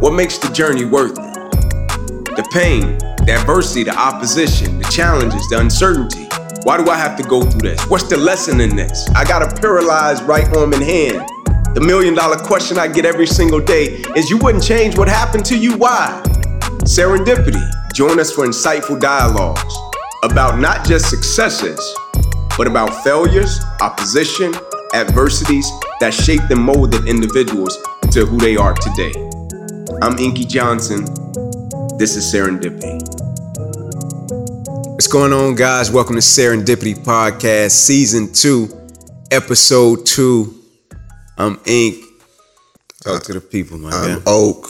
What makes the journey worth it? The pain, the adversity, the opposition, the challenges, the uncertainty. Why do I have to go through this? What's the lesson in this? I got a paralyzed right arm and hand. The million dollar question I get every single day is you wouldn't change what happened to you, why? Serendipity. Join us for insightful dialogues about not just successes, but about failures, opposition, adversities that shaped and molded individuals to who they are today. I'm Inky Johnson. This is Serendipity. What's going on, guys? Welcome to Serendipity Podcast, Season 2, Episode 2. I'm Ink. Talk to the people, my I'm man. Um, Oak.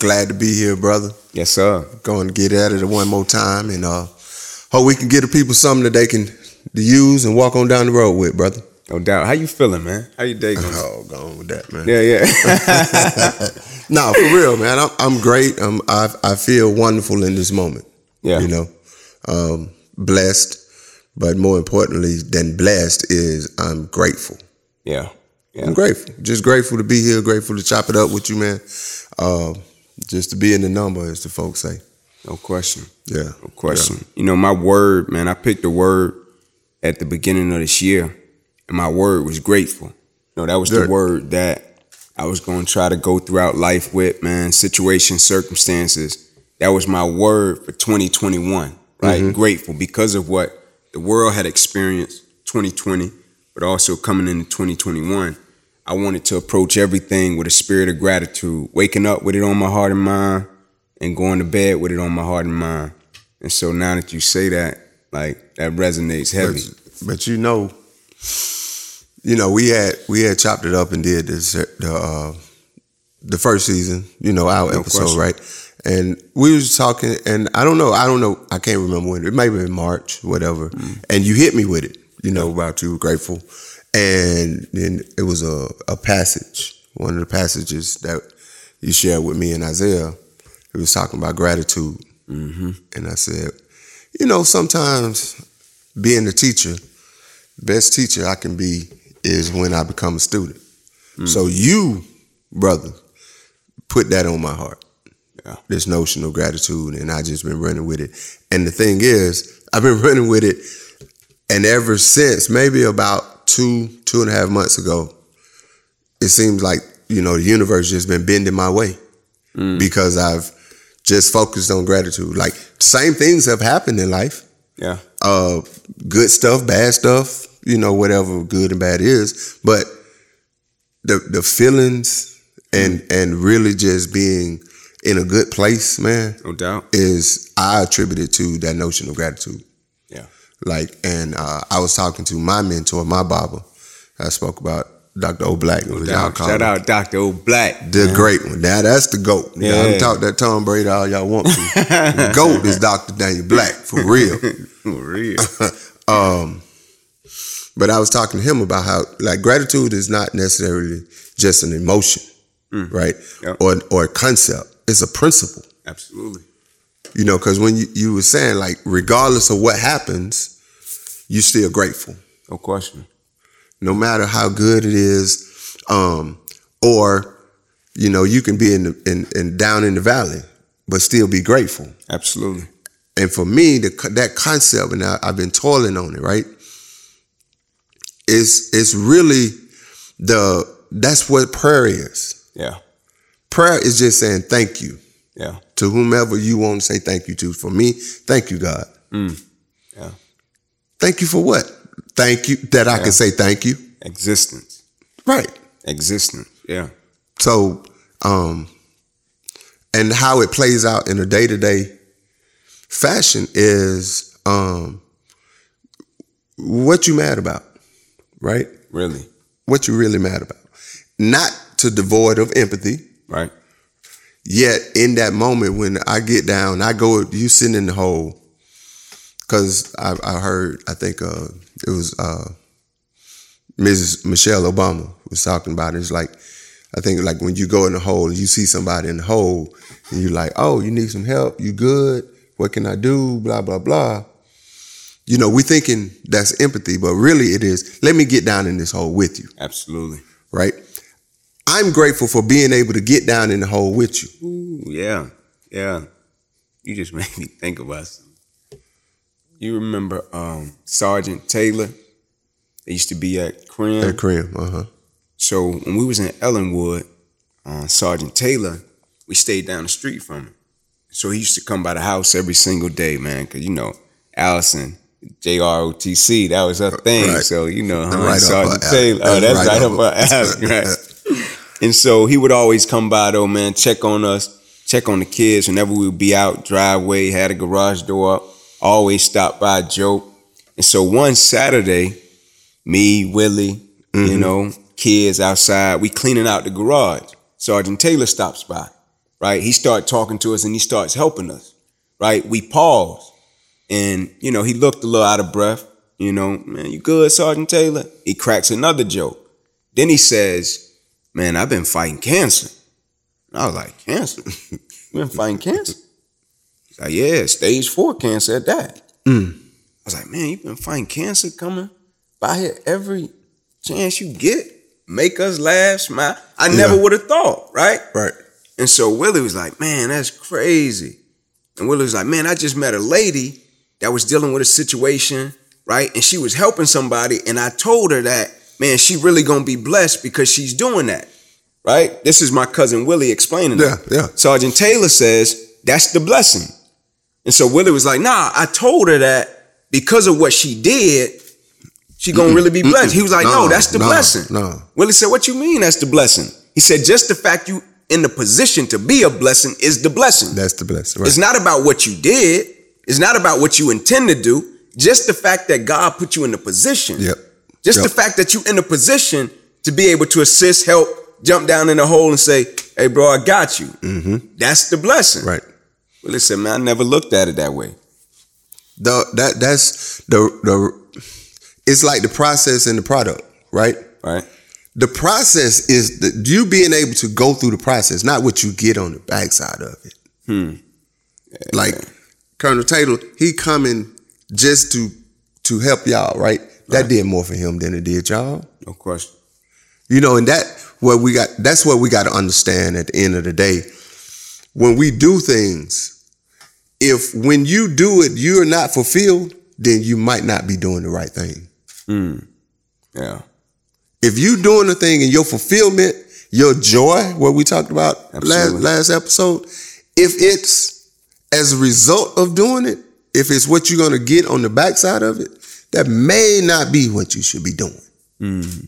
Glad to be here, brother. Yes, sir. Going to get at it one more time, and uh, hope we can give the people something that they can use and walk on down the road with, brother. No doubt. How you feeling, man? How you day going? Oh, going with that, man. Yeah, yeah. No, for real, man. I'm, I'm great. i I I feel wonderful in this moment. yeah. You know, um, blessed, but more importantly than blessed is I'm grateful. Yeah. Yeah. I'm grateful. Just grateful to be here. Grateful to chop it up with you, man. Uh, just to be in the number, as the folks say. No question. Yeah. No question. You know, my word, man, I picked a word at the beginning of this year, and my word was grateful. No, that was the Good. word that I was going to try to go throughout life with, man, situations, circumstances. That was my word for 2021, right? Mm-hmm. Grateful because of what the world had experienced 2020, but also coming into 2021. I wanted to approach everything with a spirit of gratitude, waking up with it on my heart and mind, and going to bed with it on my heart and mind. And so now that you say that, like that resonates heavy. But, but you know, you know, we had we had chopped it up and did this uh, the uh, the first season, you know, our No episode, question. right? And we was talking, and I don't know, I don't know, I can't remember when it may have been March, whatever. Mm. And you hit me with it, you know, about you were grateful, and then it was a a passage, one of the passages that you shared with me and Isaiah. He was talking about gratitude, Mm-hmm. and I said, you know, sometimes being a teacher, best teacher I can be is when I become a student. So you, brother, put that on my heart. Yeah. This notion of gratitude, and I just been running with it. And the thing is, I've been running with it, and ever since, maybe about two, two and a half months ago, it seems like you know the universe just been bending my way because I've just focused on gratitude. Like same things have happened in life, Yeah. uh good stuff, bad stuff, you know, whatever good and bad is. But the the feelings and and really just being in a good place, man, No doubt. is I attribute it to that notion of gratitude. Yeah. Like, and uh, I was talking to my mentor, my Bible. I spoke about Dr. O Black. No Shout out Dr. O Black. the great one. Now that's the goat. Now, Yeah. I'm talk that Tom Brady all y'all want to. the goat is Dr. Daniel Black for real. For real. Um, but I was talking to him about how like gratitude is not necessarily just an emotion, right? Mm. Yep. Or or a concept. It's a principle. Absolutely. You know, because when you, you were saying like regardless of what happens, you're still grateful. No question. No matter how good it is, um, or you know, you can be in the in, in down in the valley, but still be grateful. Absolutely. And for me, the, co- that concept, and I, I've been toiling on it, right? It's it's really the that's what prayer is. Yeah. Prayer is just saying thank you Yeah. to whomever you want to say thank you to. For me, thank you, God. Yeah. Thank you for what? Thank you that I can say thank you. Existence. Right. Existence. Yeah. So, um, and how it plays out in a day to day fashion is um, what you mad about, right? Really. What you really mad about. Not to devoid of empathy, Right. yet in that moment when I get down, I go, you sitting in the hole. Cause I, I heard, I think uh, it was uh, Mrs. Michelle Obama was talking about it. It's like, I think like when you go in the hole and you see somebody in the hole and you're like, oh, you need some help, you good, what can I do, blah, blah, blah. You know, we thinking that's empathy, but really it is, let me get down in this hole with you Absolutely. right? I'm grateful for being able to get down in the hole with you. Ooh, yeah, yeah. You just made me think about something. You remember um, Sergeant Taylor? They used to be at Crim. That cream, uh huh. So when we was in Ellenwood, uh, Sergeant Taylor, we stayed down the street from him. So he used to come by the house every single day, man, because you know Allison, JROTC, that was her thing. Right. So you know, huh? Right up Sergeant her Taylor, alley. oh, that's Right right, up up her- her alley, right? and so he would always come by though, man, check on us, check on the kids. Whenever we would be out driveway, had a garage door up, always stop by, joke. And so one Saturday, me, Willie, you know, kids outside, we cleaning out the garage. Sergeant Taylor stops by, right? He start talking to us and he starts helping us, right? We pause and, you know, he looked a little out of breath, you know, man, you good, Sergeant Taylor? He cracks another joke. Then he says, man, I've been fighting cancer. And I was like, cancer? you been fighting cancer? He's like, yeah, stage four cancer at that. I was like, man, you've been fighting cancer coming by here every chance you get. Make us laugh, smile. I never would have thought, right? Right. And so Willie was like, man, that's crazy. And Willie was like, man, I just met a lady that was dealing with a situation, right? And she was helping somebody. And I told her that, man, she really gonna be blessed because she's doing that, right? This is my cousin Willie explaining that. Yeah, yeah. Sergeant Taylor says, that's the blessing. And so Willie was like, nah, I told her that because of what she did, she gonna really be blessed. He was like, no, No, that's the no, blessing. no. Willie said, what you mean that's the blessing? He said, just the fact you in the position to be a blessing is the blessing. That's the blessing. Right. It's not about what you did. It's not about what you intend to do. Just the fact that God put you in the position. Yep. Just Yep. the fact that you in a position to be able to assist, help, jump down in the hole and say, hey, bro, I got you. Mm-hmm. That's the blessing. Right. Well, listen, man, I never looked at it that way. The that that's the the it's like the process and the product, right? Right? The process is the, you being able to go through the process, not what you get on the backside of it. Hmm. Like Colonel Taylor, he coming just to to help y'all, right? That did more for him than it did y'all. No question. You know, and that what we got that's what we got to understand at the end of the day. When we do things, if when you do it you're not fulfilled, then you might not be doing the right thing. Yeah. If you doing the thing and your fulfillment, your joy, what we talked about last, Absolutely. last episode, if it's as a result of doing it, if it's what you're gonna get on the backside of it, that may not be what you should be doing.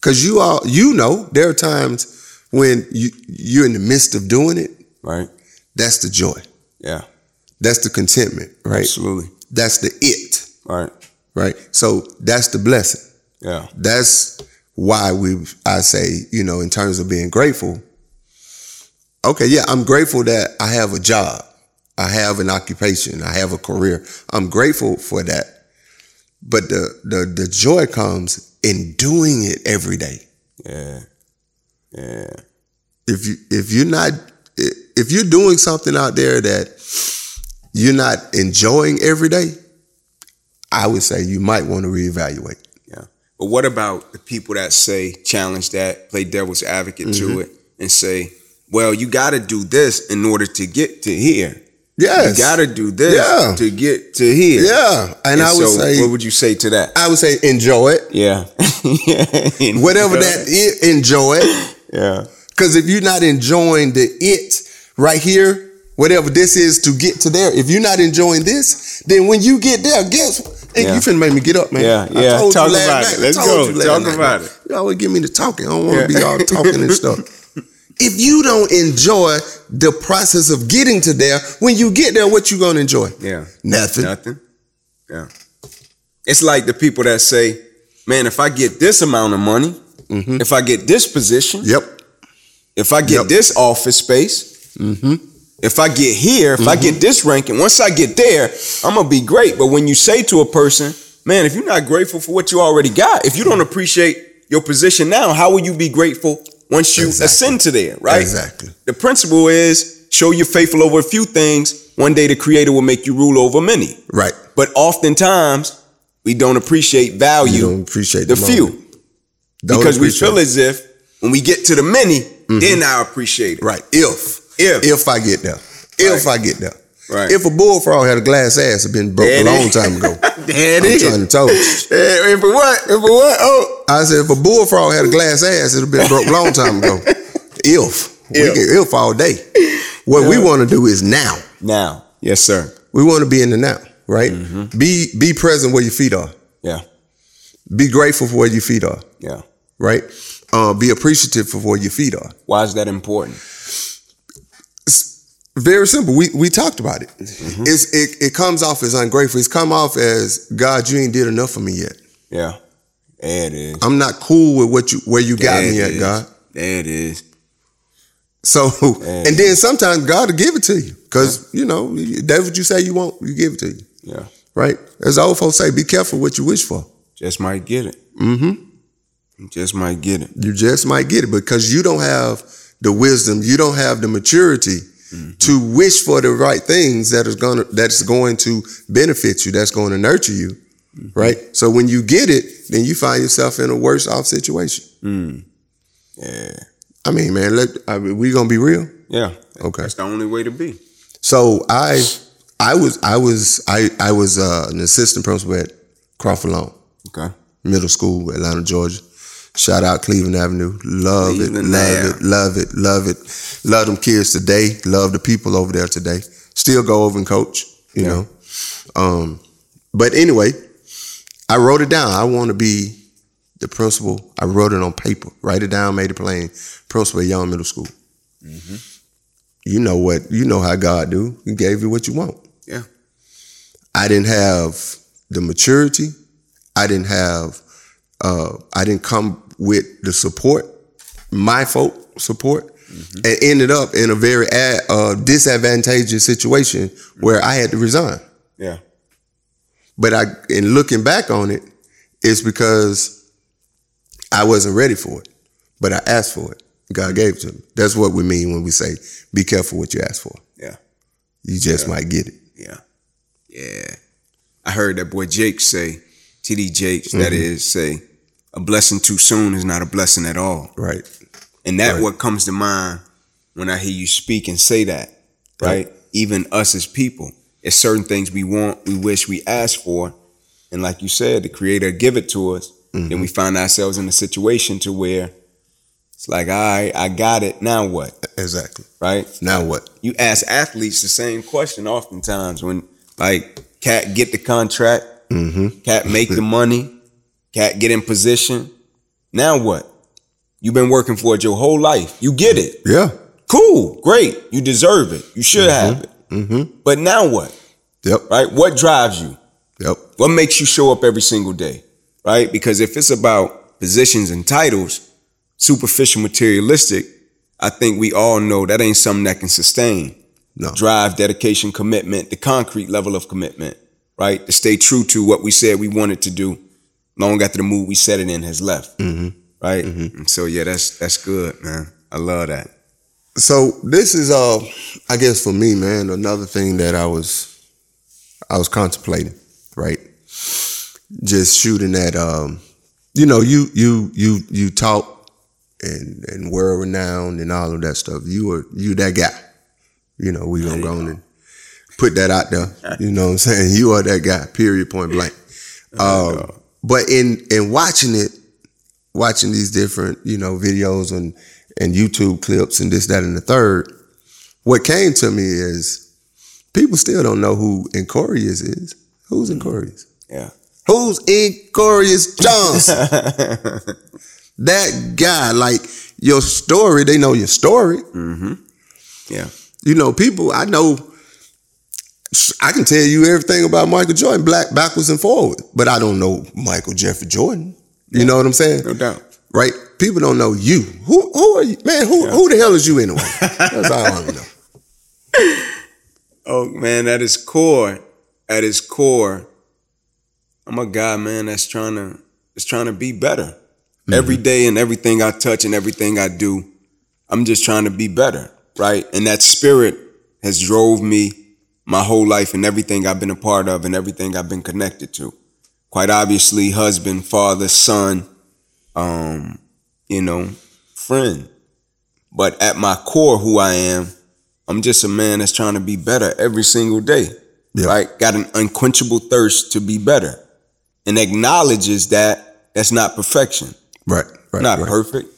Cause you all you know there are times when you you're in the midst of doing it, Right? that's the joy. Yeah. That's the contentment, right? Absolutely. That's the it, Right. right? So that's the blessing. Yeah. that's why we I say, you know, in terms of being grateful. Okay, yeah, I'm grateful that I have a job. I have an occupation. I have a career. I'm grateful for that. But the the the joy comes in doing it every day. Yeah. Yeah. If you if you're not if you're doing something out there that you're not enjoying every day, I would say you might want to reevaluate. Yeah. But what about the people that say challenge that, play devil's advocate Mm-hmm. to it, and say, well, you got to do this in order to get to here. Yes. You got to do this Yeah. to get to here. Yeah. And, I would so say what would you say to that? I would say enjoy it. Yeah. Whatever that is, enjoy it. Yeah. Because if you're not enjoying the it right here, whatever this is to get to there, if you're not enjoying this, then when you get there, guess and Yeah. you finna make me get up, man. Yeah, I yeah. told you Talk last about night. it. I Let's told go. you last Talk night. about it. You always give me the talking. I don't want to be Yeah. all talking and stuff. If you don't enjoy the process of getting to there, when you get there, what you gonna enjoy? Yeah. Nothing. Nothing. Yeah. It's like the people that say, man, if I get this amount of money, Mm-hmm. if I get this position, Yep. if I get Yep. this office space, Mm-hmm. if I get here, if I get this ranking, once I get there, I'm gonna be great. But when you say to a person, man, if you're not grateful for what you already got, if you don't appreciate your position now, how will you be grateful once you Exactly. ascend to there, right? Exactly. The principle is show you're faithful over a few things. One day the creator will make you rule over many. Right. But oftentimes we don't appreciate You value don't appreciate the moment. few Don't because we appreciate feel it. Mm-hmm. as if When we get to the many, then I appreciate it. Right. If If. if I get there, if I get there, Right. if a bullfrog had a glass ass, it'd been broke There a it long is. time ago. There it I'm is. trying to toast. Eh, And for what? And for what? Oh, I said if a bullfrog had a glass ass, it'd have been broke a long time ago. If we If. get if all day, what we want to do is now. now. Yes, sir. We want to be in the now, right? Mm-hmm. Be be present where your feet are. Yeah. Be grateful for where your feet are, Yeah. right? Uh, be appreciative for where your feet are. Why is that important? Very simple. We we talked about it. Mm-hmm. It's it, it comes off as ungrateful. It's come off as God, you ain't did enough for me yet. Yeah. There it is. I'm not cool with what you where you got There me it at, is. God. There it is. So Yeah. and then sometimes God will give it to you because you know that's what you say you want. You give it to you, Yeah. right? As the old folks say, be careful what you wish for. Just might get it. hmm You Just might get it. You just might get it because you don't have the wisdom, you don't have the maturity to wish for the right things that is gonna that's going to benefit you, that's going to nurture you, right? So when you get it, then you find yourself in a worse off situation. Yeah. I mean, man, let I mean, we gonna be real, Yeah. okay? That's the only way to be. So I, I was, I was, I, I was uh, an assistant principal at Crawford Long Okay. Middle School, Atlanta, Georgia. Shout out Cleveland Avenue. Love it, Cleveland love Ave. it, love it, love it. Love them kids today. Love the people over there today. Still go over and coach, you Yeah. know. Um, but anyway, I wrote it down. I want to be the principal. I wrote it on paper. Write it down, made it plain. Principal at Young Middle School. Mm-hmm. You know what? You know how God do. He gave you what you want. Yeah. I didn't have the maturity. I didn't have. Uh, I didn't come with the support, my folk support, and ended up in a very ad, uh, disadvantageous situation where I had to resign. Yeah. But I, in looking back on it, it's because I wasn't ready for it, but I asked for it. God gave it to me. That's what we mean when we say, "Be careful what you ask for. Yeah. You just might get it." Yeah. Yeah. I heard that boy Jake say, TD Jakes, that is, say, a blessing too soon is not a blessing at all. Right. And that Right. what comes to mind when I hear you speak and say that, right? Even us as people, it's certain things we want, we wish, we ask for, and like you said, the Creator give it to us. Then we find ourselves in a situation to where it's like, all right, I got it. Now what? Exactly. Right? Now what? You ask athletes the same question oftentimes when like cat get the contract, Mm-hmm. cat make the money, cat get in position. Now what? You've been working for it your whole life. You get it. Yeah. Cool, great. You deserve it. You should have it. Mm-hmm. But now what? Yep. Right? What drives you? Yep. What makes you show up every single day? Right? Because if it's about positions and titles, superficial materialistic, I think we all know that ain't something that can sustain. No. Drive, dedication, commitment, the concrete level of commitment, right? To stay true to what we said we wanted to do long after the mood we set it in has left. Right? And so yeah, that's that's good, man. I love that. So this is uh I guess for me, man, another thing that I was I was contemplating, right? Just shooting at um you know, you you you you talk and and world renowned and all of that stuff. You are you that guy. You know, we gonna go on and put that out there. You know what I'm saying? You are that guy, period point blank. Um, but in in watching it, watching these different you know videos and and YouTube clips and this that and the third, what came to me is people still don't know who Incorius is. Who's Hmm. Incorius? Yeah. Who's Incorius Johnson? that guy, like your story, they know your story. Yeah. You know, people I know. I can tell you everything about Michael Jordan, black backwards and forward, but I don't know Michael Jeffrey Jordan. You know what I'm saying? No doubt. right? People don't know you. Who who are you, man? Who who the hell is you anyway? That's all I want to know. Oh man, at his core, at his core, I'm a guy, man, that's trying to is trying to be better. Every day and everything I touch and everything I do, I'm just trying to be better, right? And that spirit has drove me my whole life and everything I've been a part of and everything I've been connected to. Quite obviously, husband, father, son, um, you know, friend. But at my core, who I am, I'm just a man that's trying to be better every single day. Yeah. Right? Got an unquenchable thirst to be better and acknowledges that that's not perfection. Right. Right. not right. perfect.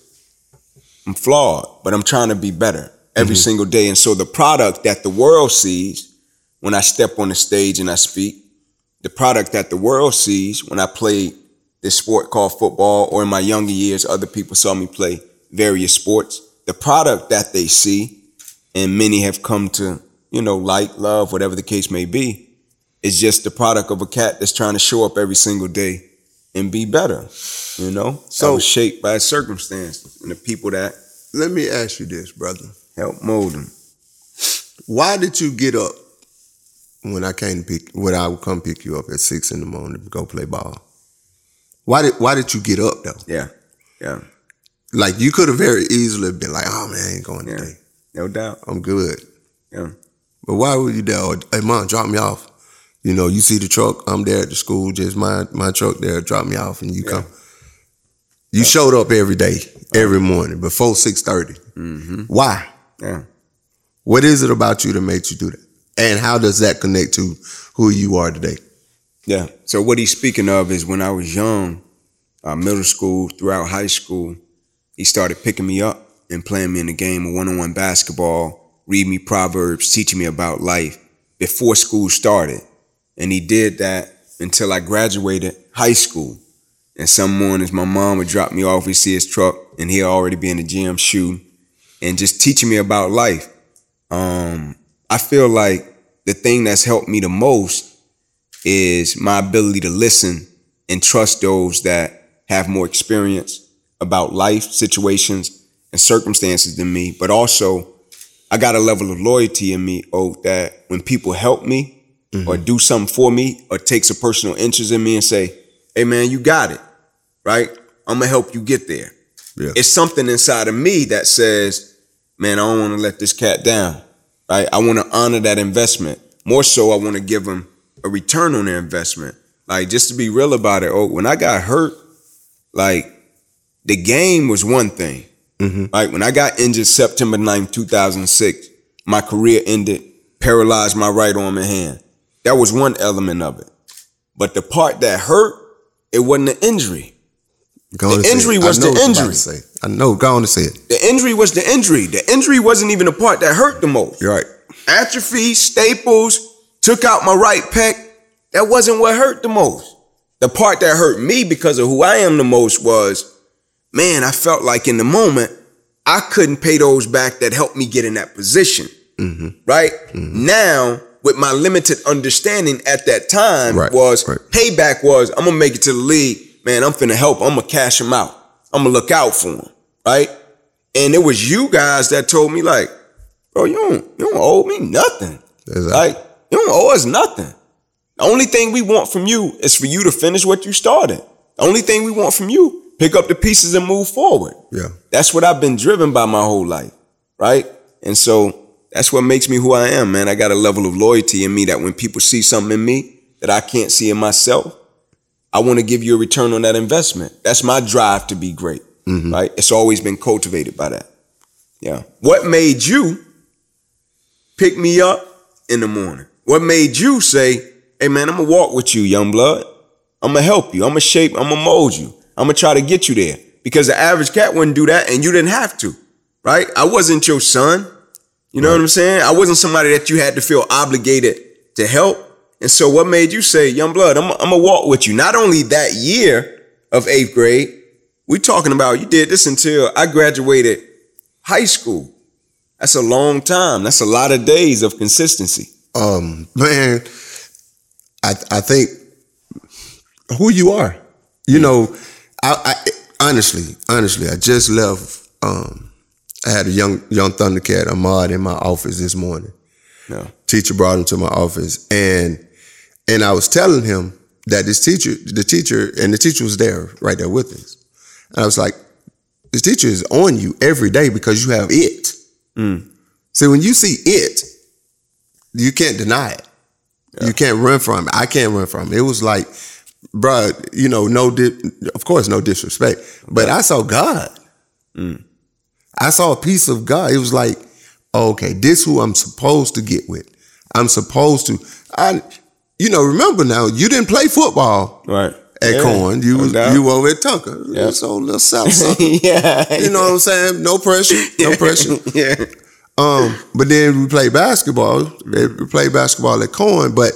I'm flawed, but I'm trying to be better every Mm-hmm. single day. And so the product that the world sees when I step on the stage and I speak, the product that the world sees when I play this sport called football, or in my younger years, other people saw me play various sports. The product that they see, and many have come to, you know, like, love, whatever the case may be, is just the product of a cat that's trying to show up every single day and be better. You know, so So- I was shaped by circumstance and the people that Let me ask you this, brother. helped mold them. Why did you get up when I came to pick when I would come pick you up at six in the morning to go play ball? Why did why did you get up though? Yeah, yeah, Like you could have very easily been like, oh man, I ain't going Yeah. today. no doubt. I'm good. Yeah. But why were you there? Or, hey mom, drop me off. You know, you see the truck, I'm there at the school, just my my truck there, drop me off and you Yeah. come. You showed up every day, every morning, before six thirty. Mm-hmm. Why? Yeah. What is it about you that made you do that? And how does that connect to who you are today? Yeah. So what he's speaking of is when I was young, uh, middle school, throughout high school, he started picking me up and playing me in the game of one-on-one basketball, read me proverbs, teaching me about life before school started. And he did that until I graduated high school. And some mornings my mom would drop me off, we see his truck, and he'd already be in the gym shooting and just teaching me about life. Um, I feel like the thing that's helped me the most is my ability to listen and trust those that have more experience about life situations and circumstances than me. But also, I got a level of loyalty in me, oh, that when people help me or do something for me or takes a personal interest in me and say, "Hey, man, you got it, right? I'm gonna help you get there." Yeah. It's something inside of me that says, "Man, I don't want to let this cat down." right? I want to honor that investment. More so, I want to give them a return on their investment. Like, just to be real about it, oh, when I got hurt, like, the game was one thing. Mhm. Like, when I got injured September 9th, 2006, my career ended, paralyzed my right arm and hand. That was one element of it. But the part that hurt, it wasn't the injury. Go on The and say it. injury I was know the what you about injury. to say. I know. Go on and say it. The injury was the injury. The injury wasn't even the part that hurt the most. You're right. atrophy, staples, took out my right pec. That wasn't what hurt the most. The part that hurt me because of who I am the most was, man, I felt like in the moment, I couldn't pay those back that helped me get in that position. Mm-hmm. Right? Now, with my limited understanding at that time Right, was right. payback was I'm gonna make it to the league. Man, I'm finna help. I'm gonna cash him out. I'm gonna look out for him. Right? And it was you guys that told me, like, bro, you don't you don't owe me nothing. Exactly. Like, you don't owe us nothing. The only thing we want from you is for you to finish what you started. The only thing we want from you, pick up the pieces and move forward. Yeah. That's what I've been driven by my whole life, right? And so that's what makes me who I am, man. I got a level of loyalty in me that when people see something in me that I can't see in myself, I want to give you a return on that investment. That's my drive to be great, right? It's always been cultivated by that. Yeah. What made you pick me up in the morning? What made you say, hey, man, I'm going to walk with you, young blood? I'm gonna help you. I'm gonna shape. I'm gonna mold you. I'm gonna try to get you there because the average cat wouldn't do that, and you didn't have to, right? I wasn't your son. You know what I'm saying? I wasn't somebody that you had to feel obligated to help. And so, what made you say, "Young blood, I'm I'm gonna walk with you"? Not only that year of eighth grade, we talking about you did this until I graduated high school. That's a long time. That's a lot of days of consistency. Um, man, I I think who you are. You know, I, I honestly, honestly, I just left. Um, I had a young young Thundercat Ahmad in my office this morning. Yeah. Teacher brought him to my office, and and I was telling him that this teacher, the teacher, and the teacher was there right there with us. And I was like, this teacher is on you every day because you have it. See, when you see it, you can't deny it. You can't run from it. I can't run from it. It was like, bruh, you know, no, di- of course, no disrespect, but I saw God. I saw a piece of God. It was like, oh, okay, this who I'm supposed to get with. I'm supposed to. I, you know, remember now, you didn't play football Right. at Yeah. Corn. You No was doubt. you over at Tucker. Yeah. Yeah. So little South. Sucker. yeah. you know what I'm saying? No pressure. No pressure. yeah. Um, but then we played basketball. We played basketball at Cohen, but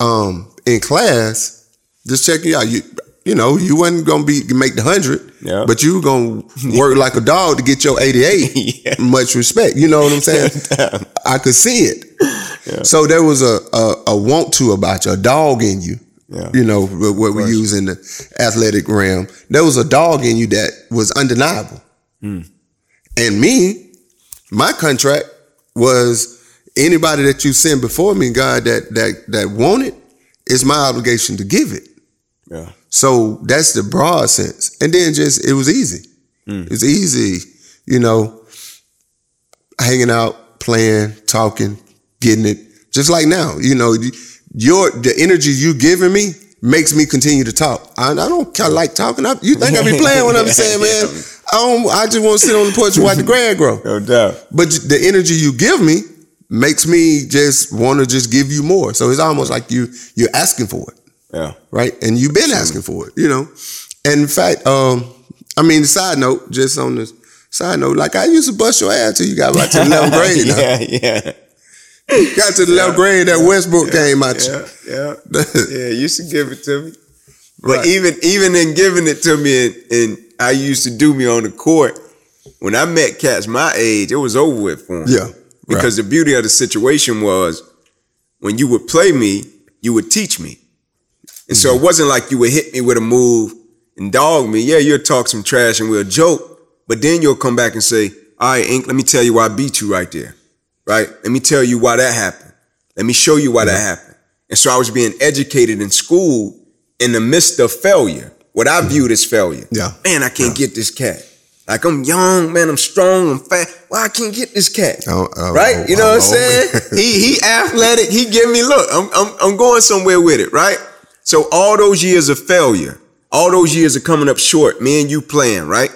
um, in class, just checking you out. You you know you wasn't gonna be make the hundred, Yeah. but you were gonna work like a dog to get your eighty eight. Yeah. Much respect, you know what I'm saying? I could see it. So there was a, a a want to about you, a dog in you. Yeah. You know wh- what we use in the athletic realm. There was a dog in you that was undeniable. And me, my contract was anybody that you send before me, God, that that that wanted, it's my obligation to give it. Yeah. So that's the broad sense. And then just it was easy. It was easy, you know, hanging out, playing, talking, getting it. Just like now, you know, y- your the energy you giving me makes me continue to talk. I, I don't kind of like talking. I, you think I be playing what I'm saying, man? I don't. I just want to sit on the porch and watch the grass grow. No doubt. But the energy you give me makes me just want to just give you more. So it's almost like you you're asking for it Yeah. right? And you've been asking for it, you know. And in fact, um, I mean, side note, just on the side note, like I used to bust your ass till you got right to the 11th grade. now. yeah, yeah. Got to the 11th grade that Westbrook came out. Yeah, yeah. you. Yeah, you should give it to me. But Right. even even in giving it to me, and, and I used to do me on the court. When I met cats my age, it was over with for 'em. yeah, because the beauty of the situation was when you would play me, you would teach me, and so it wasn't like you would hit me with a move and dog me. Yeah, you'll talk some trash and we'll joke, but then you'll come back and say, "All right, Ink, let me tell you why I beat you right there. Right? Let me tell you why that happened. Let me show you why that happened." And so I was being educated in school in the midst of failure, what I viewed as failure. Yeah. Man, I can't get this cat. Like I'm young, man, I'm strong, I'm fat. Why I can't get this cat? Oh, oh, right? oh, you know oh, what I'm oh. saying? he he athletic, he give me look, I'm, I'm I'm going somewhere with it, right? So all those years of failure, all those years of coming up short, me and you playing, right?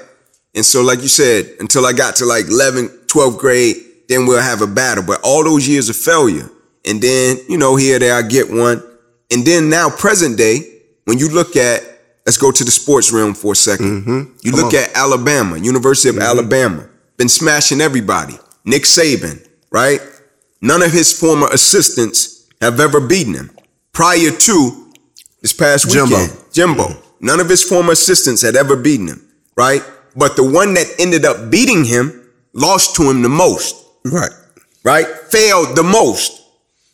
And so like you said, until I got to like 11th, 12th grade, then we'll have a battle. But all those years of failure, and then, you know, here there I get one. And then now present day, when you look at let's go to the sports realm for a 2nd You look at Alabama, University of Alabama, been smashing everybody. Nick Saban, right? None of his former assistants have ever beaten him. Prior to this past Jimbo. weekend, Jimbo, none of his former assistants had ever beaten him, right? But the one that ended up beating him lost to him the most right. right? Failed the most.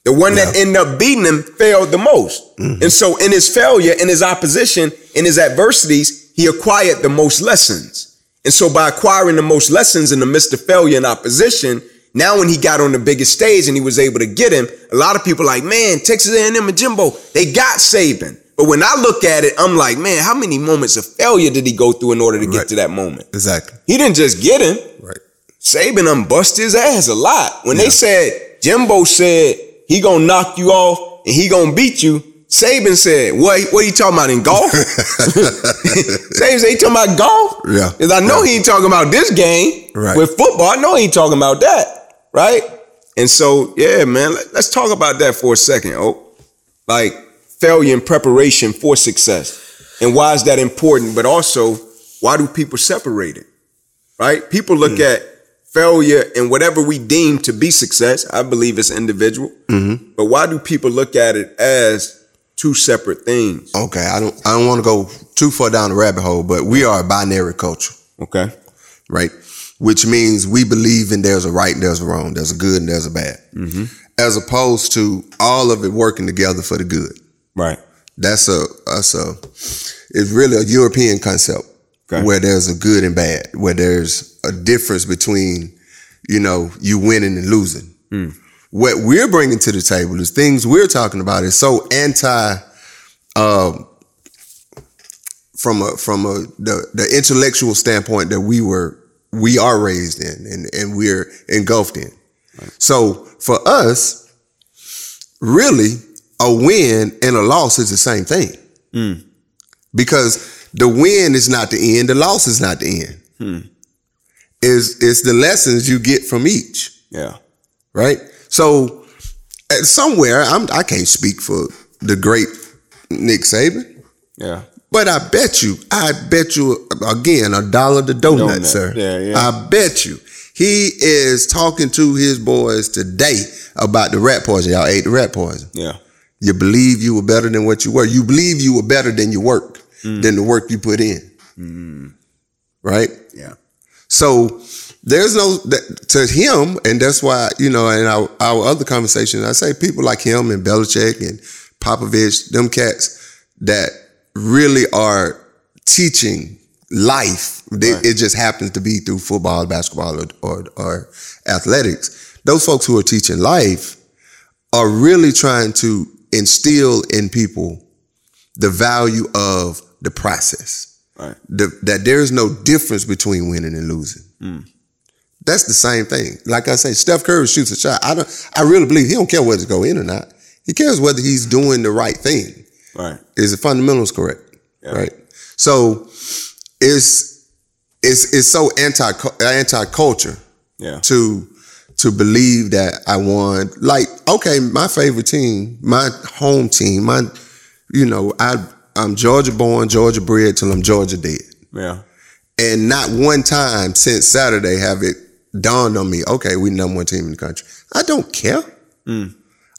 The one that Yeah. Mm-hmm. ended up beating him failed the most. And so in his failure, in his opposition, in his adversities, he acquired the most lessons. And so by acquiring the most lessons in the midst of failure and opposition, now when he got on the biggest stage and he was able to get him, a lot of people like, man, Texas A&M and Jimbo, they got Saban. But when I look at it, I'm like, man, how many moments of failure did he go through in order to get Right. to that moment? Exactly. He didn't just get him. Right. Saban done bust his ass a lot. When they said Jimbo said he gonna knock you off and he gonna beat you, Saban said, "What? What are you talking about in golf?" Saban said, "He talking about golf?" Yeah. because I know he ain't talking about this game Right. with football. I know he ain't talking about that, right? And so, yeah, man, let, let's talk about that for a second. Oh, like failure and preparation for success, and why is that important? But also, why do people separate it? right? People look at failure and whatever we deem to be success. I believe it's individual, but why do people look at it as two separate things? Okay. I don't. I don't want to go too far down the rabbit hole, but we are a binary culture, Okay. right? Which means we believe in there's a right and there's a wrong, there's a good and there's a bad, as opposed to all of it working together for the good. Right. That's a that's a it's really a European concept Okay. where there's a good and bad, where there's a difference between you know you winning and losing. What we're bringing to the table is things we're talking about is so anti um, from a from a the, the intellectual standpoint that we were we are raised in and and we're engulfed in. So for us, really, a win and a loss is the same thing. Hmm. Hmm. Because the win is not the end, the loss is not the end. is it's the lessons you get from each, Yeah. right? So at somewhere, I'm I can't speak for the great Nick Saban, Yeah. but I bet you, I bet you again a dollar to donut, Donut. sir. Yeah, yeah. I bet you. He is talking to his boys today about the rat poison. Y'all ate the rat poison. Yeah. You believe you were better than what you were. You believe you were better than your work, than the work you put in. Right? Yeah. So there's no that, to him, and that's why you know. In our, our other conversation, I say people like him and Belichick and Popovich, them cats that really are teaching life. They, It just happens to be through football, basketball, or, or or athletics. Those folks who are teaching life are really trying to instill in people the value of the process Right. the, that there is no difference between winning and losing. That's the same thing. Like I say, Steph Curry shoots a shot. I don't. I really believe he don't care whether it's go in or not. He cares whether he's doing the right thing. Right. Is the fundamentals correct? Yeah. Right. So it's it's it's so anti anti culture Yeah. to to believe that I won. Like, okay, my favorite team, my home team, my you know, I I'm Georgia born, Georgia bred till I'm Georgia dead. Yeah. And not one time since Saturday have it dawned on me, okay, we number one team in the country. I don't care.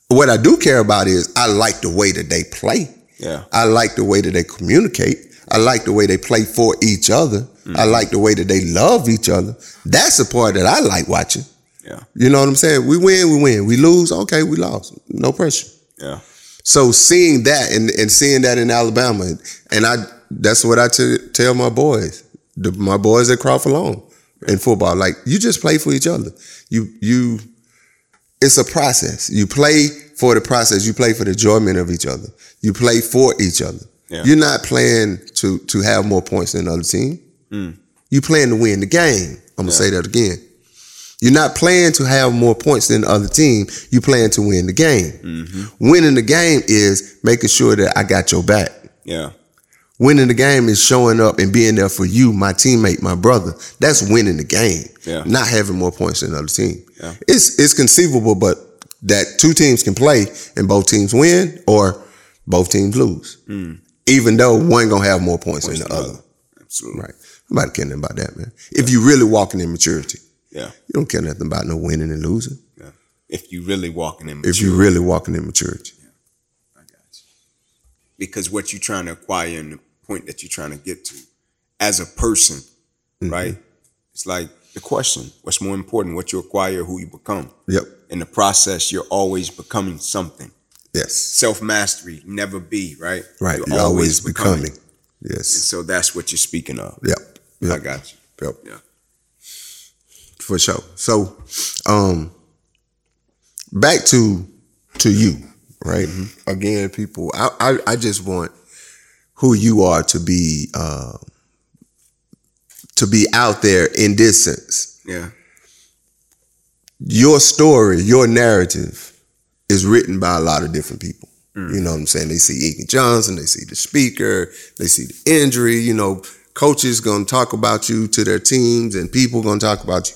What I do care about is I like the way that they play. Yeah. I like the way that they communicate. I like the way they play for each other. I like the way that they love each other. That's the part that I like watching. Yeah. You know what I'm saying? We win, we win. We lose, okay, we lost. No pressure. Yeah. So seeing that and, and seeing that in Alabama, and I that's what I t- tell my boys, the, my boys at Crawford Long in football. Like you just play for each other. You you, it's a process. You play for the process. You play for the enjoyment of each other. You play for each other. Yeah. You're not playing to to have more points than the other team. You playing to win the game. I'm gonna say that again. You're not playing to have more points than the other team. You playing to win the game. Winning the game is making sure that I got your back. Yeah. Winning the game is showing up and being there for you, my teammate, my brother. That's winning the game. Yeah. Not having more points than the other team. Yeah. It's it's conceivable, but that two teams can play and both teams win or both teams lose. Even though one gonna have more points than the Hmm. than the other. Absolutely. Right. Nobody care nothing about that, man. If you really walking in maturity, Yeah. you don't care nothing about no winning and losing. Yeah. If you really walking in If you really walking in maturity. I got you. Because what you're trying to acquire and the point that you're trying to get to as a person, Mm-hmm. right? It's like the question what's more important, what you acquire, who you become? Yep. In the process, you're always becoming something. Yes. Self mastery, never be, right? Right. You're, always, becoming. Yes. So that's what you're speaking of. Yep. Yep. I got you. Yep. Yeah. For sure. So, um, back to to you, right? Again, people, I, I I just want who you are to be uh, to be out there in this sense. Yeah. Your story, your narrative, is written by a lot of different people. You know what I'm saying? They see Egan Johnson, they see the speaker, they see the injury. You know, coaches gonna talk about you to their teams, and people gonna talk about you.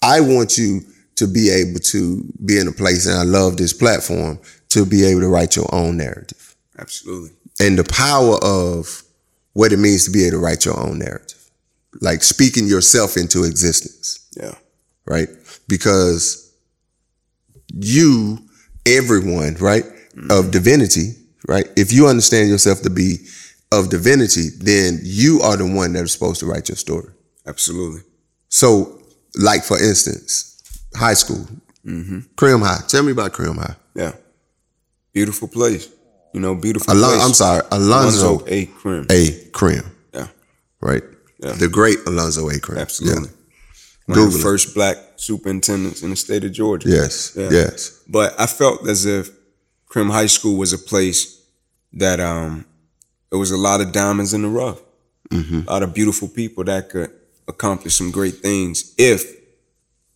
I want you to be able to be in a place, and I love this platform to be able to write your own narrative Absolutely. and the power of what it means to be able to write your own narrative, like speaking yourself into existence Yeah. right? Because you, everyone, right, Mm-hmm. of divinity, right? If you understand yourself to be of divinity, then you are the one that is supposed to write your story. Absolutely. So, like for instance, high school, Mm-hmm. Crim High. Tell me about Crim High. Yeah. Beautiful place. You know, beautiful Alon- place. I'm sorry, Alonzo Alonzo A. Crim. A. Crim, Yeah. right? Yeah. The great Alonzo A. Crim. Absolutely. Yeah. One of the Googling. first black superintendents in the state of Georgia. Yes. Yeah. Yes. But I felt as if Crim High School was a place that um it was a lot of diamonds in the rough. A lot of beautiful people that could accomplish some great things if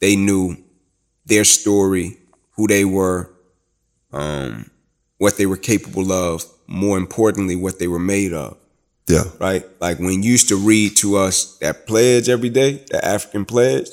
they knew their story, who they were, um, what they were capable of, more importantly, what they were made of. Yeah. right? Like when you used to read to us that pledge every day, that African pledge,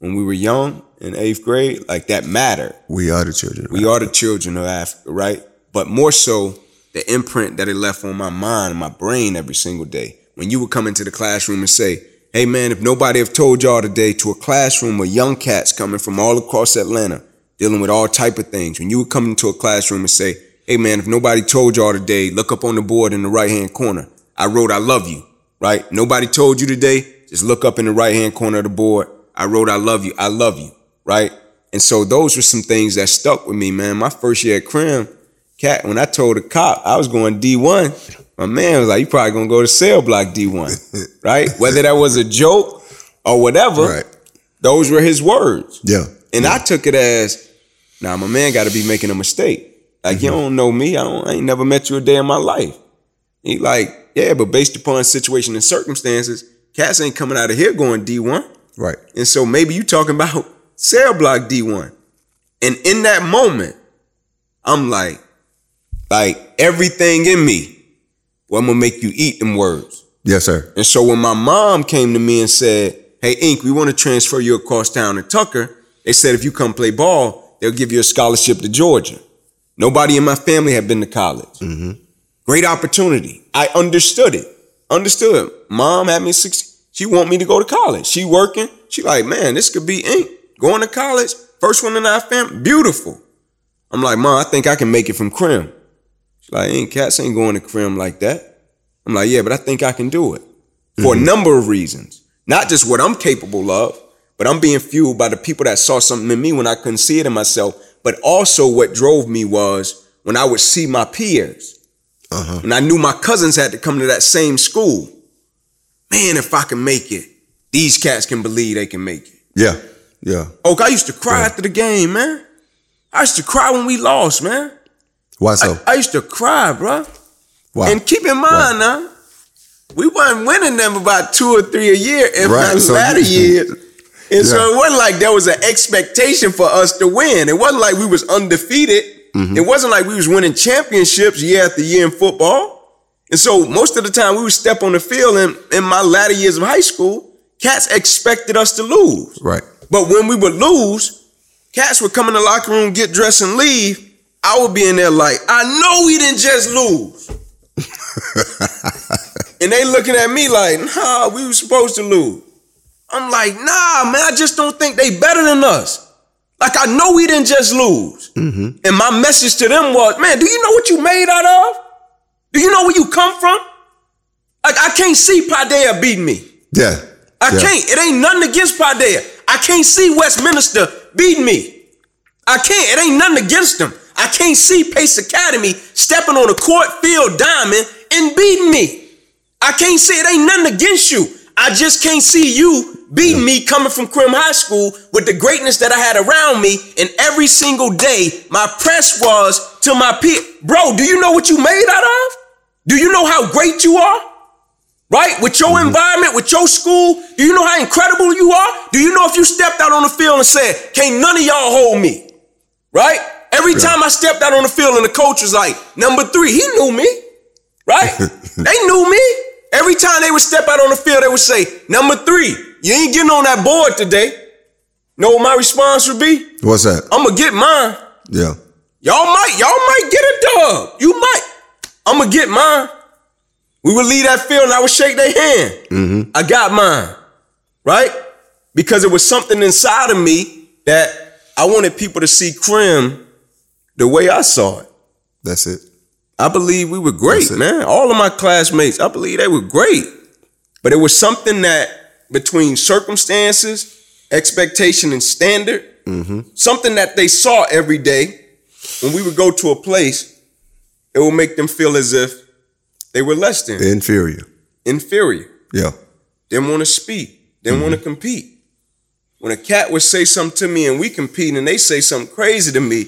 when we were young in eighth grade, like that mattered. We are the children. We are the children of Africa, right? But more so, the imprint that it left on my mind and my brain every single day. When you would come into the classroom and say, Hey man, if nobody have told y'all today to a classroom of young cats coming from all across Atlanta, dealing with all type of things. When you would come into a classroom and say, Hey man, if nobody told y'all today, look up on the board in the right hand corner. I wrote I love you, right? Nobody told you today, just look up in the right hand corner of the board. I wrote I love you, I love you, right? And so those were some things that stuck with me, man. My first year at Crim, cat, when I told the cop I was going D1, my man was like, You probably gonna go to cell block D1, right? Whether that was a joke or whatever, Right. those were his words. Yeah. And I took it as, nah, my man got to be making a mistake. Like you don't know me. I, don't, I ain't never met you a day in my life. He like, yeah, but based upon situation and circumstances, cats ain't coming out of here going D one. Right. And so maybe you talking about cell block D one. And in that moment, I'm like, like everything in me. Well, I'm gonna make you eat them words. Yes, sir. And so when my mom came to me and said, Hey, Ink, we want to transfer you across town to Tucker, they said if you come play ball, they'll give you a scholarship to Georgia. Nobody in my family had been to college. Great opportunity. I understood it. Understood. Mom had me six. She want me to go to college. She working. She like, man, this could be Ink. Going to college, first one in our family, beautiful. I'm like, Mom, I think I can make it from Crim. She's like, Ink, cats ain't going to Crim like that. I'm like, yeah, but I think I can do it for Mm-hmm. a number of reasons. Not just what I'm capable of, but I'm being fueled by the people that saw something in me when I couldn't see it in myself. But also, what drove me was when I would see my peers. Uh-huh. And I knew my cousins had to come to that same school. Man, if I can make it, these cats can believe they can make it. Yeah. Yeah. Oak, I used to cry after the game, man. I used to cry when we lost, man. Why so? I used to cry, bruh. Why? And keep in mind, now, we wasn't winning them about two or three a year, if Right, not so latter you- years. And so Yeah. it wasn't like there was an expectation for us to win. It wasn't like we was undefeated. Mm-hmm. It wasn't like we was winning championships year after year in football. And so most of the time we would step on the field and in my latter years of high school, cats expected us to lose. right. But when we would lose, cats would come in the locker room, get dressed, and leave. I would be in there like, I know we didn't just lose. and they looking at me like, nah, we were supposed to lose. I'm like, nah, man, I just don't think they better than us. Like, I know we didn't just lose. And my message to them was, man, do you know what you made out of? Do you know where you come from? Like, I can't see Padea beating me. Yeah. I Yeah. can't. It ain't nothing against Paideia. I can't see Westminster beating me. I can't. It ain't nothing against them. I can't see Pace Academy stepping on a court field diamond and beating me. I can't see it ain't nothing against you. I just can't see you beating me coming from Crim High School with the greatness that I had around me. And every single day, my press was to my peer, bro, do you know what you made out of? Do you know how great you are? Right? With your environment, with your school, do you know how incredible you are? Do you know if you stepped out on the field and said, can't none of y'all hold me? Right? Every time I stepped out on the field and the coach was like, number three, he knew me. Right? they knew me. Every time they would step out on the field, they would say, number three, you ain't getting on that board today. Know what my response would be? What's that? I'm gonna get mine. yeah. Y'all might, y'all might get a dub. You might. I'ma get mine. We would leave that field and I would shake their hand. I got mine. Right? Because it was something inside of me that I wanted people to see Krim the way I saw it. That's it. I believe we were great, That's it. man. All of my classmates, I believe they were great. But it was something that between circumstances, expectation, and standard, Mm-hmm. something that they saw every day when we would go to a place, it would make them feel as if they were less than, The inferior. inferior. Yeah. Didn't want to speak, didn't Mm-hmm. want to compete. When a cat would say something to me and we compete and they say something crazy to me,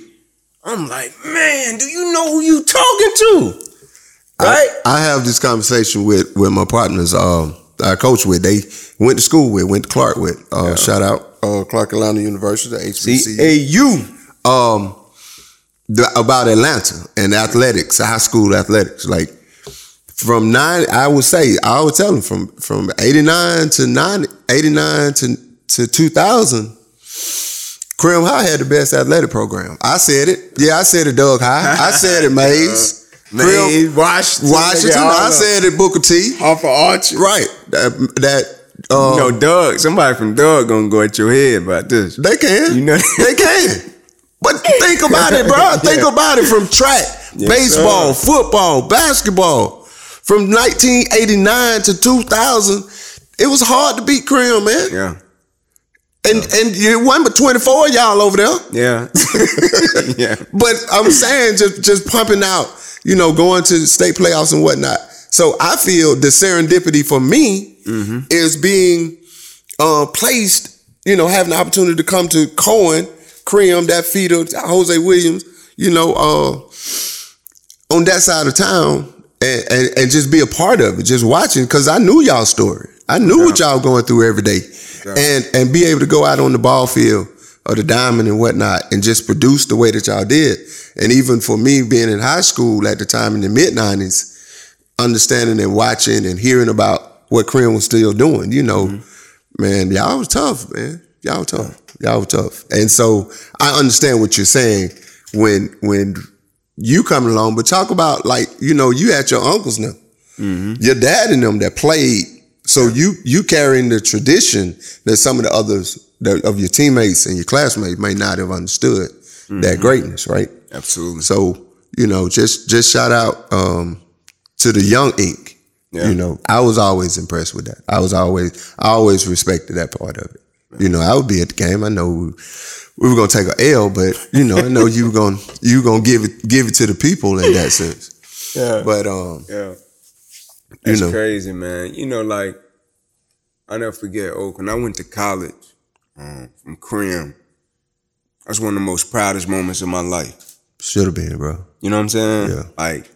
I'm like, man, do you know who you talking to? Right? I, I have this conversation with with my partners. Um, I coach with. They went to school with. Went to Clark with. Uh, Shout out uh, Clark Atlanta University, HBCU. CAU. um the, about Atlanta and athletics, high school athletics. Like from nine, I would say, I would tell him from from 89 to 90, 89 to, to 2000, Crim High had the best athletic program. I said it. Yeah, I said it, Doug High. I said it, Mays. Man, Washington. Washington. I said it, Booker T. Off of Archie. Right. That, that um, You know, Doug, somebody from Doug gonna go at your head about this. they can. You know- they can. But think about it, bro. Think about it from track, baseball, football, basketball. From 1989 to 2000, it was hard to beat Krim, man. Yeah. And and it wasn't but 24 of y'all over there. Yeah. yeah. But I'm saying just just pumping out, you know, going to state playoffs and whatnot. So I feel the serendipity for me is being uh, placed, you know, having the opportunity to come to Cohen, Krim, that feeder, Jose Williams, you know, uh, on that side of town and, and, and just be a part of it, just watching, because I knew y'all story. I knew what y'all going through every day. And and be able to go out on the ball field or the diamond and whatnot and just produce the way that y'all did. And even for me being in high school at the time in the mid nineties, understanding and watching and hearing about what Krim was still doing, you know, man, y'all was tough, man. Y'all was tough. Y'all was tough. And so I understand what you're saying when when you coming along, but talk about like, you know, you had your uncles now. Your dad and them that played. So you you carrying the tradition that some of the others that of your teammates and your classmates may not have understood that greatness, right? Absolutely. So, you know, just just shout out um to the young ink. Yeah. You know, I was always impressed with that. I was always I always respected that part of it. You know, I would be at the game. I know we, we were gonna take a L, but you know, I know you were gonna you were gonna give it give it to the people in that sense. Yeah. But um, yeah. That's know. crazy, man. You know, like I never forget Oakland. I went to college um, from Crim. That's one of the most proudest moments of my life. should have been, bro. You know what I'm saying? Yeah. Like,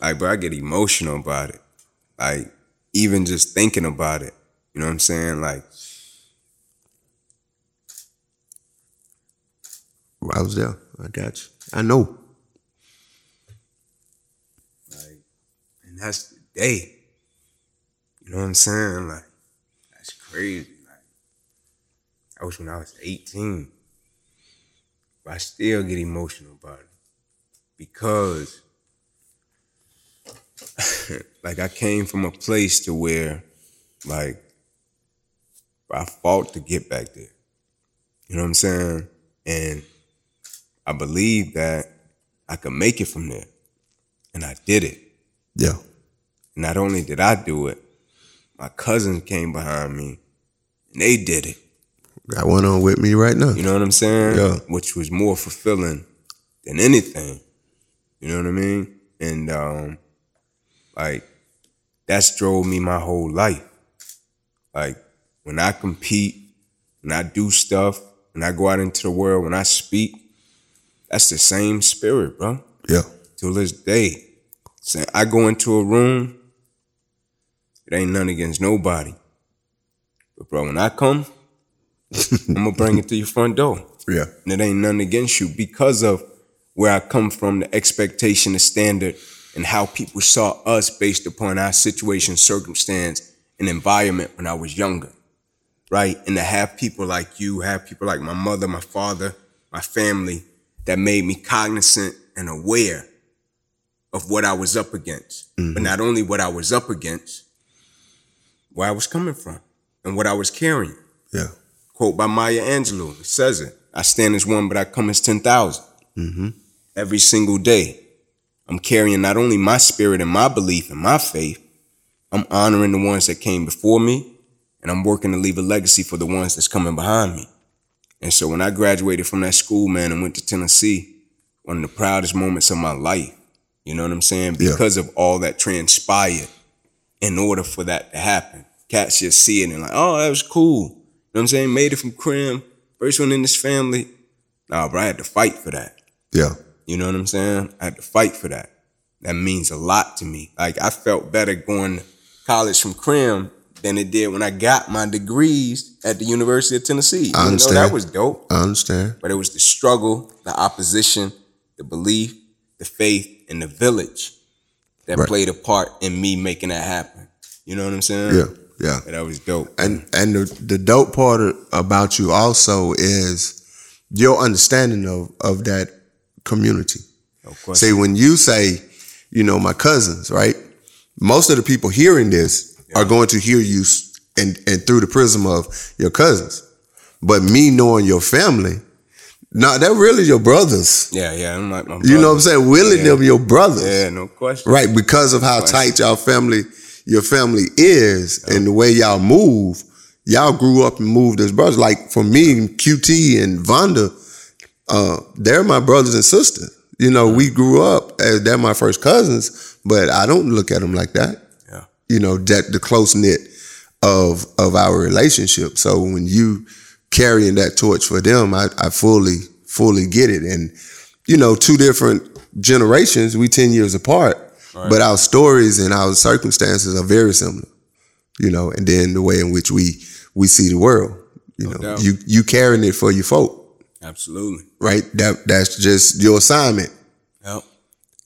like, bro, I get emotional about it. Like, even just thinking about it. You know what I'm saying? Like, I was there. I got you. I know. and that's the day. You know what I'm saying? Like, that's crazy. Like, that was when I was 18. But I still get emotional about it because, like, I came from a place to where, like, I fought to get back there. You know what I'm saying? And I believed that I could make it from there. And I did it Yeah. not only did I do it, my cousins came behind me and they did it. Got one on with me right now. You know what I'm saying? Yeah. Which was more fulfilling than anything. You know what I mean? And um, like that's drove me my whole life. Like when I compete, when I do stuff, when I go out into the world, when I speak, that's the same spirit, bro Yeah. till this day. Say I go into a room, it ain't none against nobody. But bro, when I come, I'm gonna bring it to your front door. Yeah. And it ain't nothing against you because of where I come from, the expectation, the standard, and how people saw us based upon our situation, circumstance, and environment when I was younger. Right? And to have people like you, have people like my mother, my father, my family that made me cognizant and aware of what I was up against. But not only what I was up against, where I was coming from and what I was carrying Yeah. quote by Maya Angelou. It says it. I stand as one, but I come as 10,000. Every single day, I'm carrying not only my spirit and my belief and my faith, I'm honoring the ones that came before me, and I'm working to leave a legacy for the ones that's coming behind me. And so when I graduated from that school, man, and went to Tennessee, one of the proudest moments of my life, you know what I'm saying? Yeah. Because of all that transpired in order for that to happen. Cats just see it and like, oh, that was cool. You know what I'm saying? Made it from Crim, first one in this family. Nah, bro, I had to fight for that. Yeah. You know what I'm saying? I had to fight for that. That means a lot to me. Like I felt better going to college from Crim than it did when I got my degrees at the University of Tennessee. I You know, understand. that was dope I understand. but it was the struggle, the opposition, the belief, the faith, and the village that Right. played a part in me making that happen. You know what I'm saying? Yeah, yeah. That was dope. And and the, the dope part about you also is your understanding of of that community. Of course. See, when you say, you know, my cousins, right? Most of the people hearing this are going to hear you s- and and through the prism of your cousins. But me knowing your family, no, they're really your brothers. yeah, yeah. I'm like my You know what I'm brother. saying? Willing them your brothers. Yeah, no question. Right, because of how tight y'all family, your family is, and the way y'all move, y'all grew up and moved as brothers. Like for me, and QT and Vonda, uh, they're my brothers and sisters. You know, we grew up as they're my first cousins, but I don't look at them like that. Yeah. You know, that the close knit of of our relationship. So when you carrying that torch for them, I, I fully fully get it. And you know, two different generations, we ten years apart, but our stories and our circumstances are very similar. You know, and then the way in which we we see the world. You know, doubt. you you carrying it for your folk, Absolutely. right? That that's just your assignment Yep.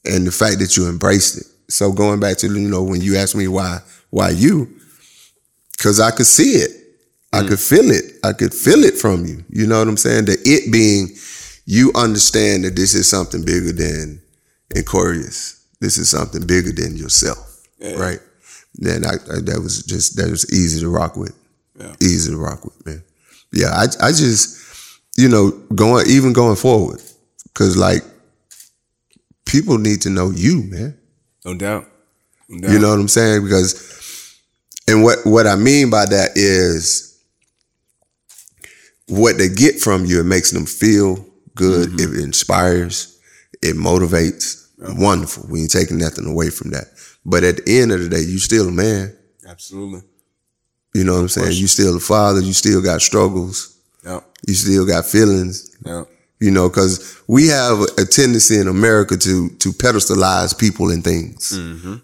and the fact that you embraced it. So going back to you know when you asked me why why you, because I could see it, I could feel it, I could feel it from you. You know what I'm saying? The it being, you understand that this is something bigger than Inquirius. This is something bigger than yourself, right? Then I, I that was just that was easy to rock with, Yeah. easy to rock with, man. Yeah, I I just you know going even going forward because like people need to know you, man. No doubt. No doubt. You know what I'm saying? Because, and what what I mean by that is, what they get from you, it makes them feel good. It inspires. It motivates. Wonderful. We ain't taking nothing away from that. But at the end of the day, you still a man. Absolutely. You know what I'm saying? You still a father. You still got struggles. Yep. You still got feelings. Yep. You know, because we have a tendency in America to to pedestalize people and things,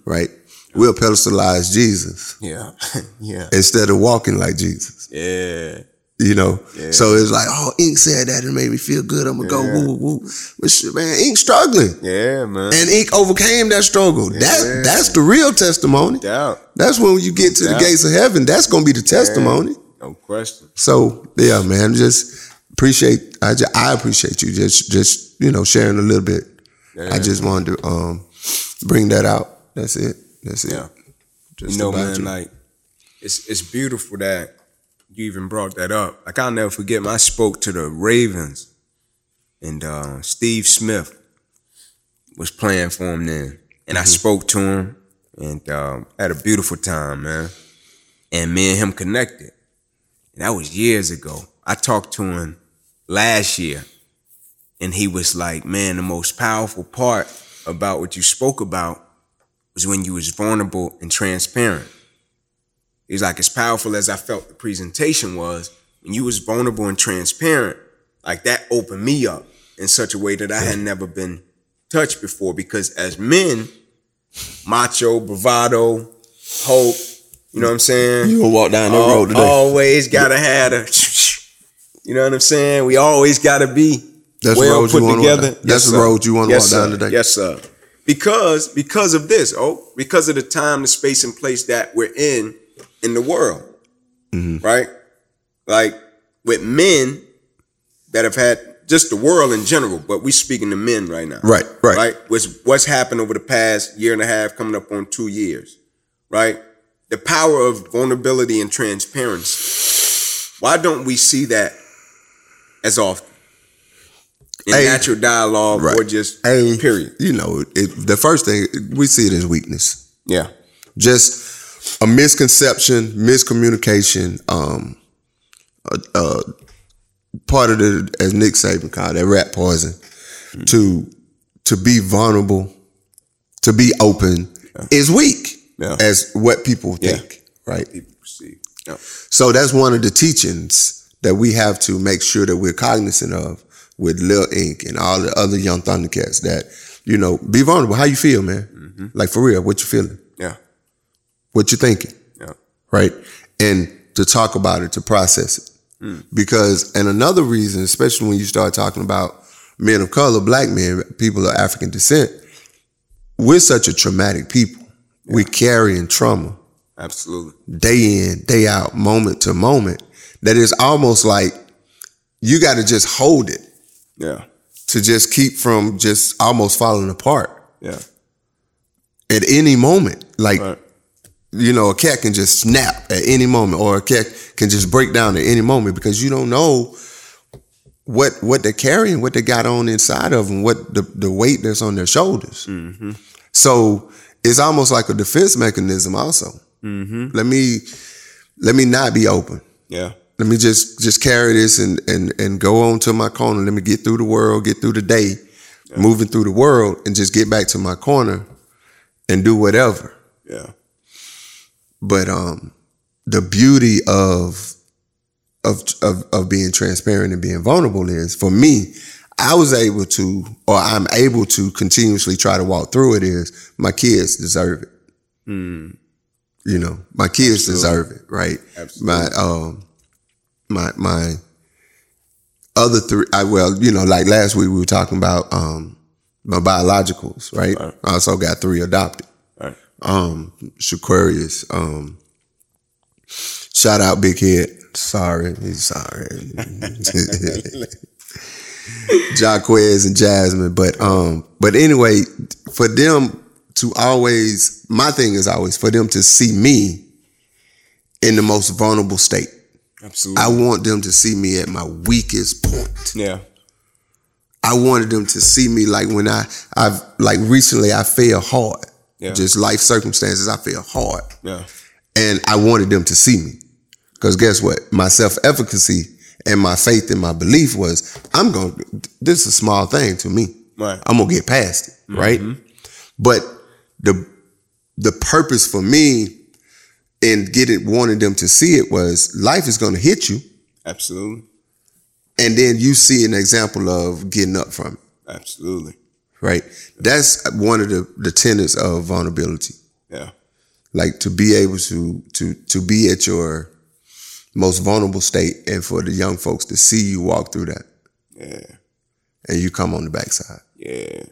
right? We'll pedestalize Jesus Yeah. yeah. instead of walking like Jesus. Yeah. You know, so it's like, oh, Ink said that, it made me feel good. I'm gonna go woo woo. But shit, man, Ink struggling, Yeah, man. and Ink overcame that struggle. That that's the real testimony. no doubt. That's when you get to the doubt. gates of heaven. That's gonna be the testimony. No question. So yeah, man, just appreciate. I ju- I appreciate you just just you know sharing a little bit. I just wanted to um bring that out. That's it. That's it. Yeah. Just you know, about man, you. like it's it's beautiful that you even brought that up. Like I'll never forget, man, I spoke to the Ravens, and uh, Steve Smith was playing for him then, and I Mm-hmm. spoke to him, and um, had a beautiful time, man. And me and him connected. And that was years ago. I talked to him last year, and he was like, "Man, the most powerful part about what you spoke about." was when you was vulnerable and transparent. He's like, as powerful as I felt the presentation was, when you was vulnerable and transparent, like that opened me up in such a way that I had never been touched before. Because as men, macho, bravado, hope, you know what I'm saying? you gonna walk down that Al- road today. Always gotta have a, you know what I'm saying? We always gotta be That's the well road you put wanna walk together. down. That's the sir. road you wanna walk down sir. today. Yes, sir. Because because of this, oh, because of the time, the space, and place that we're in in the world, Mm-hmm. right? Like with men that have had just the world in general, but we speaking to men right now, Right, right. right? What's what's happened over the past year and a half, coming up on two years, right? The power of vulnerability and transparency. Why don't we see that as often in Hey. natural dialogue Right. or just Hey, period? You know, it, the first thing we see it as weakness, Yeah, just a misconception, miscommunication. Um, uh, uh, part of the as Nick Saban called it, that rat poison. Mm. To to be vulnerable, to be open is weak, Yeah. as what people Yeah. think, right? people see. Yeah. So that's one of the teachings that we have to make sure that we're cognizant of with Lil Ink and all the other young Thundercats that, you know, be vulnerable. How you feel, man? Like for real, what you feeling? yeah, What you thinking? yeah, Right? And to talk about it, to process it. Because and another reason, especially when you start talking about men of color, black men, people of African descent, we're such a traumatic people. We're carrying trauma Absolutely. day in, day out, moment to moment, that it's almost like you got to just hold it Yeah. to just keep from just almost falling apart Yeah. at any moment. Like, Right. you know, a cat can just snap at any moment, or a cat can just break down at any moment because you don't know what what they're carrying, what they got on inside of them, what the, the weight that's on their shoulders. So it's almost like a defense mechanism. Also, let me let me not be open. Yeah. Let me just just carry this and and and go on to my corner. Let me get through the world, get through the day, moving through the world, and just get back to my corner and do whatever Yeah. but um the beauty of of of of being transparent and being vulnerable is for me I was able to or I'm able to continuously try to walk through it is my kids deserve it. You know, my kids deserve it, right? Absolutely. My um my my other three I well, you know, like last week we were talking about um my biologicals, right? Right. I also got three adopted All right. um Shaquarius. Um shout out Big Head. Sorry, he's sorry. Jaquez and Jasmine. But um, but anyway, for them to always my thing is always for them to see me in the most vulnerable state. Absolutely. I want them to see me at my weakest point. yeah. I wanted them to see me like when I I've like recently I fell hard. Yeah. Just life circumstances, I fell hard. Yeah. And I wanted them to see me. Cause guess what? My self-efficacy and my faith and my belief was I'm gonna this is a small thing to me. Right. I'm gonna get past it, right? But the the purpose for me in getting wanting them to see it was life is gonna hit you, Absolutely. and then you see an example of getting up from it. Absolutely. right? That's one of the the tenets of vulnerability, Yeah. like to be able to to to be at your most vulnerable state, and for the young folks to see you walk through that, Yeah. and you come on the backside, Yeah.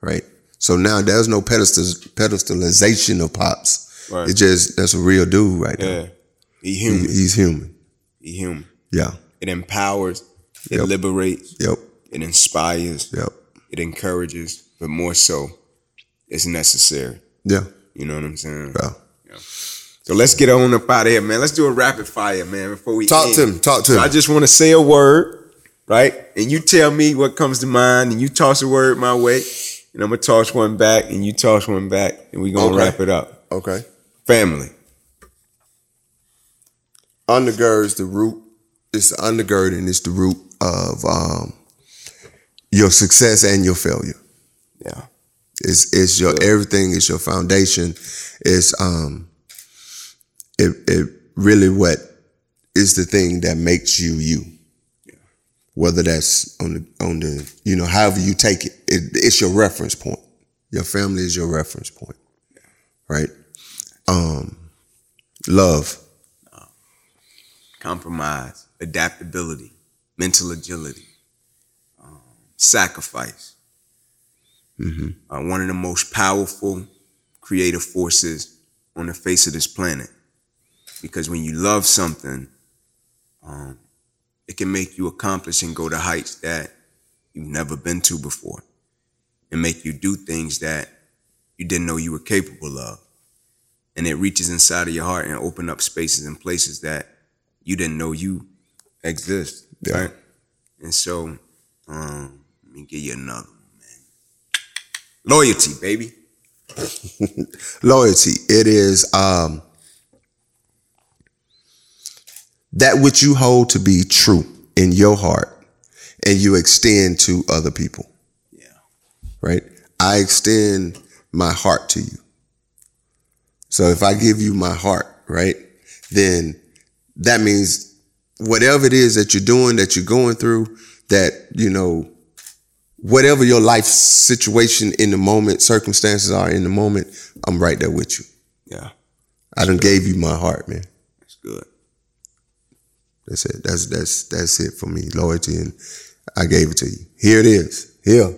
right? So now there's no pedestals, pedestalization of pops. Right. It just that's a real dude right there. Yeah. Be human. He's human. Be human. Yeah. It empowers. It Yep. liberates. Yep. It inspires. Yep. It encourages. But more so, it's necessary. Yeah. You know what I'm saying? Yeah. So let's get on up out of here, man. Let's do a rapid fire, man, before we Talk end. to him. Talk to So I him. just want to say a word, right? And you tell me what comes to mind, and you toss a word my way, and I'm gonna toss one back, and you toss one back, and we gonna Okay. wrap it up. Okay. Family. undergirds the root. It's the undergirding. It's the root of um, your success and your failure. Yeah. It's it's your everything. It's your foundation. It's um, it it really what is the thing that makes you you. Whether that's on the on the you know however you take it, it it's your reference point. Your family is your reference point, right? Um, love. Compromise. Adaptability. Mental agility. Um, sacrifice. Uh, one of the most powerful creative forces on the face of this planet. Because when you love something, um, it can make you accomplish and go to heights that you've never been to before and make you do things that you didn't know you were capable of. And it reaches inside of your heart and open up spaces and places that you didn't know you exist. Yeah. Right? And so, um, let me give you another one, man. Loyalty, baby. loyalty it is um that which you hold to be true in your heart and you extend to other people Yeah. right i extend my heart to you so if i give you my heart right then that means whatever it is that you're doing that you're going through that you know whatever your life situation in the moment circumstances are in the moment i'm right there with you Yeah. I done gave you my heart, man. That's good. That's it. That's that's that's it for me. Loyalty and I gave it to you. Here it is. Here.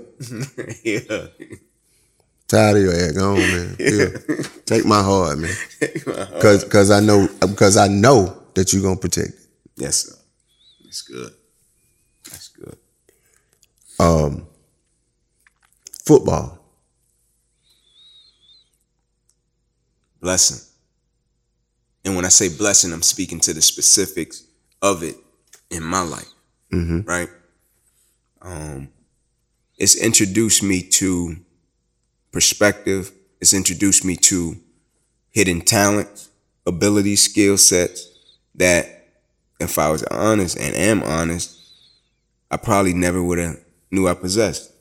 yeah. Tired of your ass, go on, man. Yeah. Take my heart, man. Cause, cause I know, because I know that you're gonna protect. it. Yes, sir. That's good. That's good. Um, football. blessing. And when I say blessing, I'm speaking to the specifics of it in my life, Mhm. right? Um, it's introduced me to perspective. It's introduced me to hidden talents, abilities, skill sets that, if I was honest and am honest, I probably never would have knew I possessed.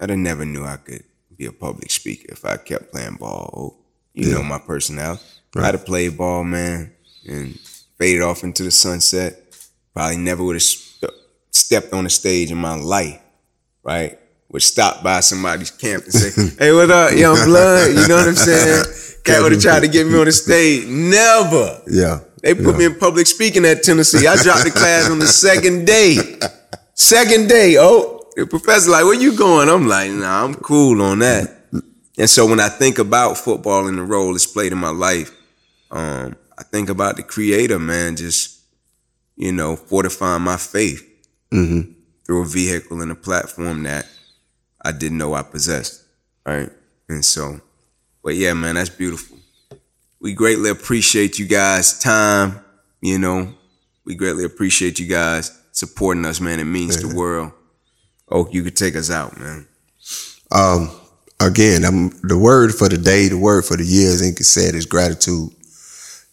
I'd have never knew I could be a public speaker if I kept playing ball. or, You know my personality. I'd have played ball, man, and faded off into the sunset. Probably never would have st- stepped on a stage in my life, right? Would stop by somebody's camp and say, "Hey, what up, young blood?" You know what I'm saying? Cat would have tried to get me on the stage. Never. Yeah. They put me in public speaking at Tennessee. I dropped the class on the second day. Second day. Oh, the professor like, where you going? I'm like, nah, I'm cool on that. And so when I think about football and the role it's played in my life, um, I think about the creator, man, just, you know, fortifying my faith Mm-hmm. through a vehicle and a platform that I didn't know I possessed. Right. And so, but yeah, man, that's beautiful. We greatly appreciate you guys' time. You know, we greatly appreciate you guys supporting us, man. It means the world. Oh, you could take us out, man. Um, again, I'm, the word for the day, the word for the year, as Inca said, is gratitude.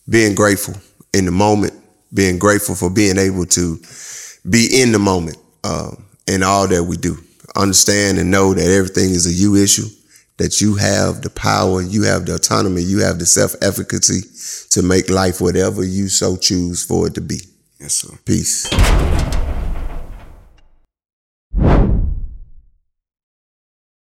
Being grateful in the moment, being grateful for being able to be in the moment um, in all that we do. Understand and know that everything is a you issue, that you have the power, you have the autonomy, you have the self efficacy to make life whatever you so choose for it to be. Yes, sir. Peace.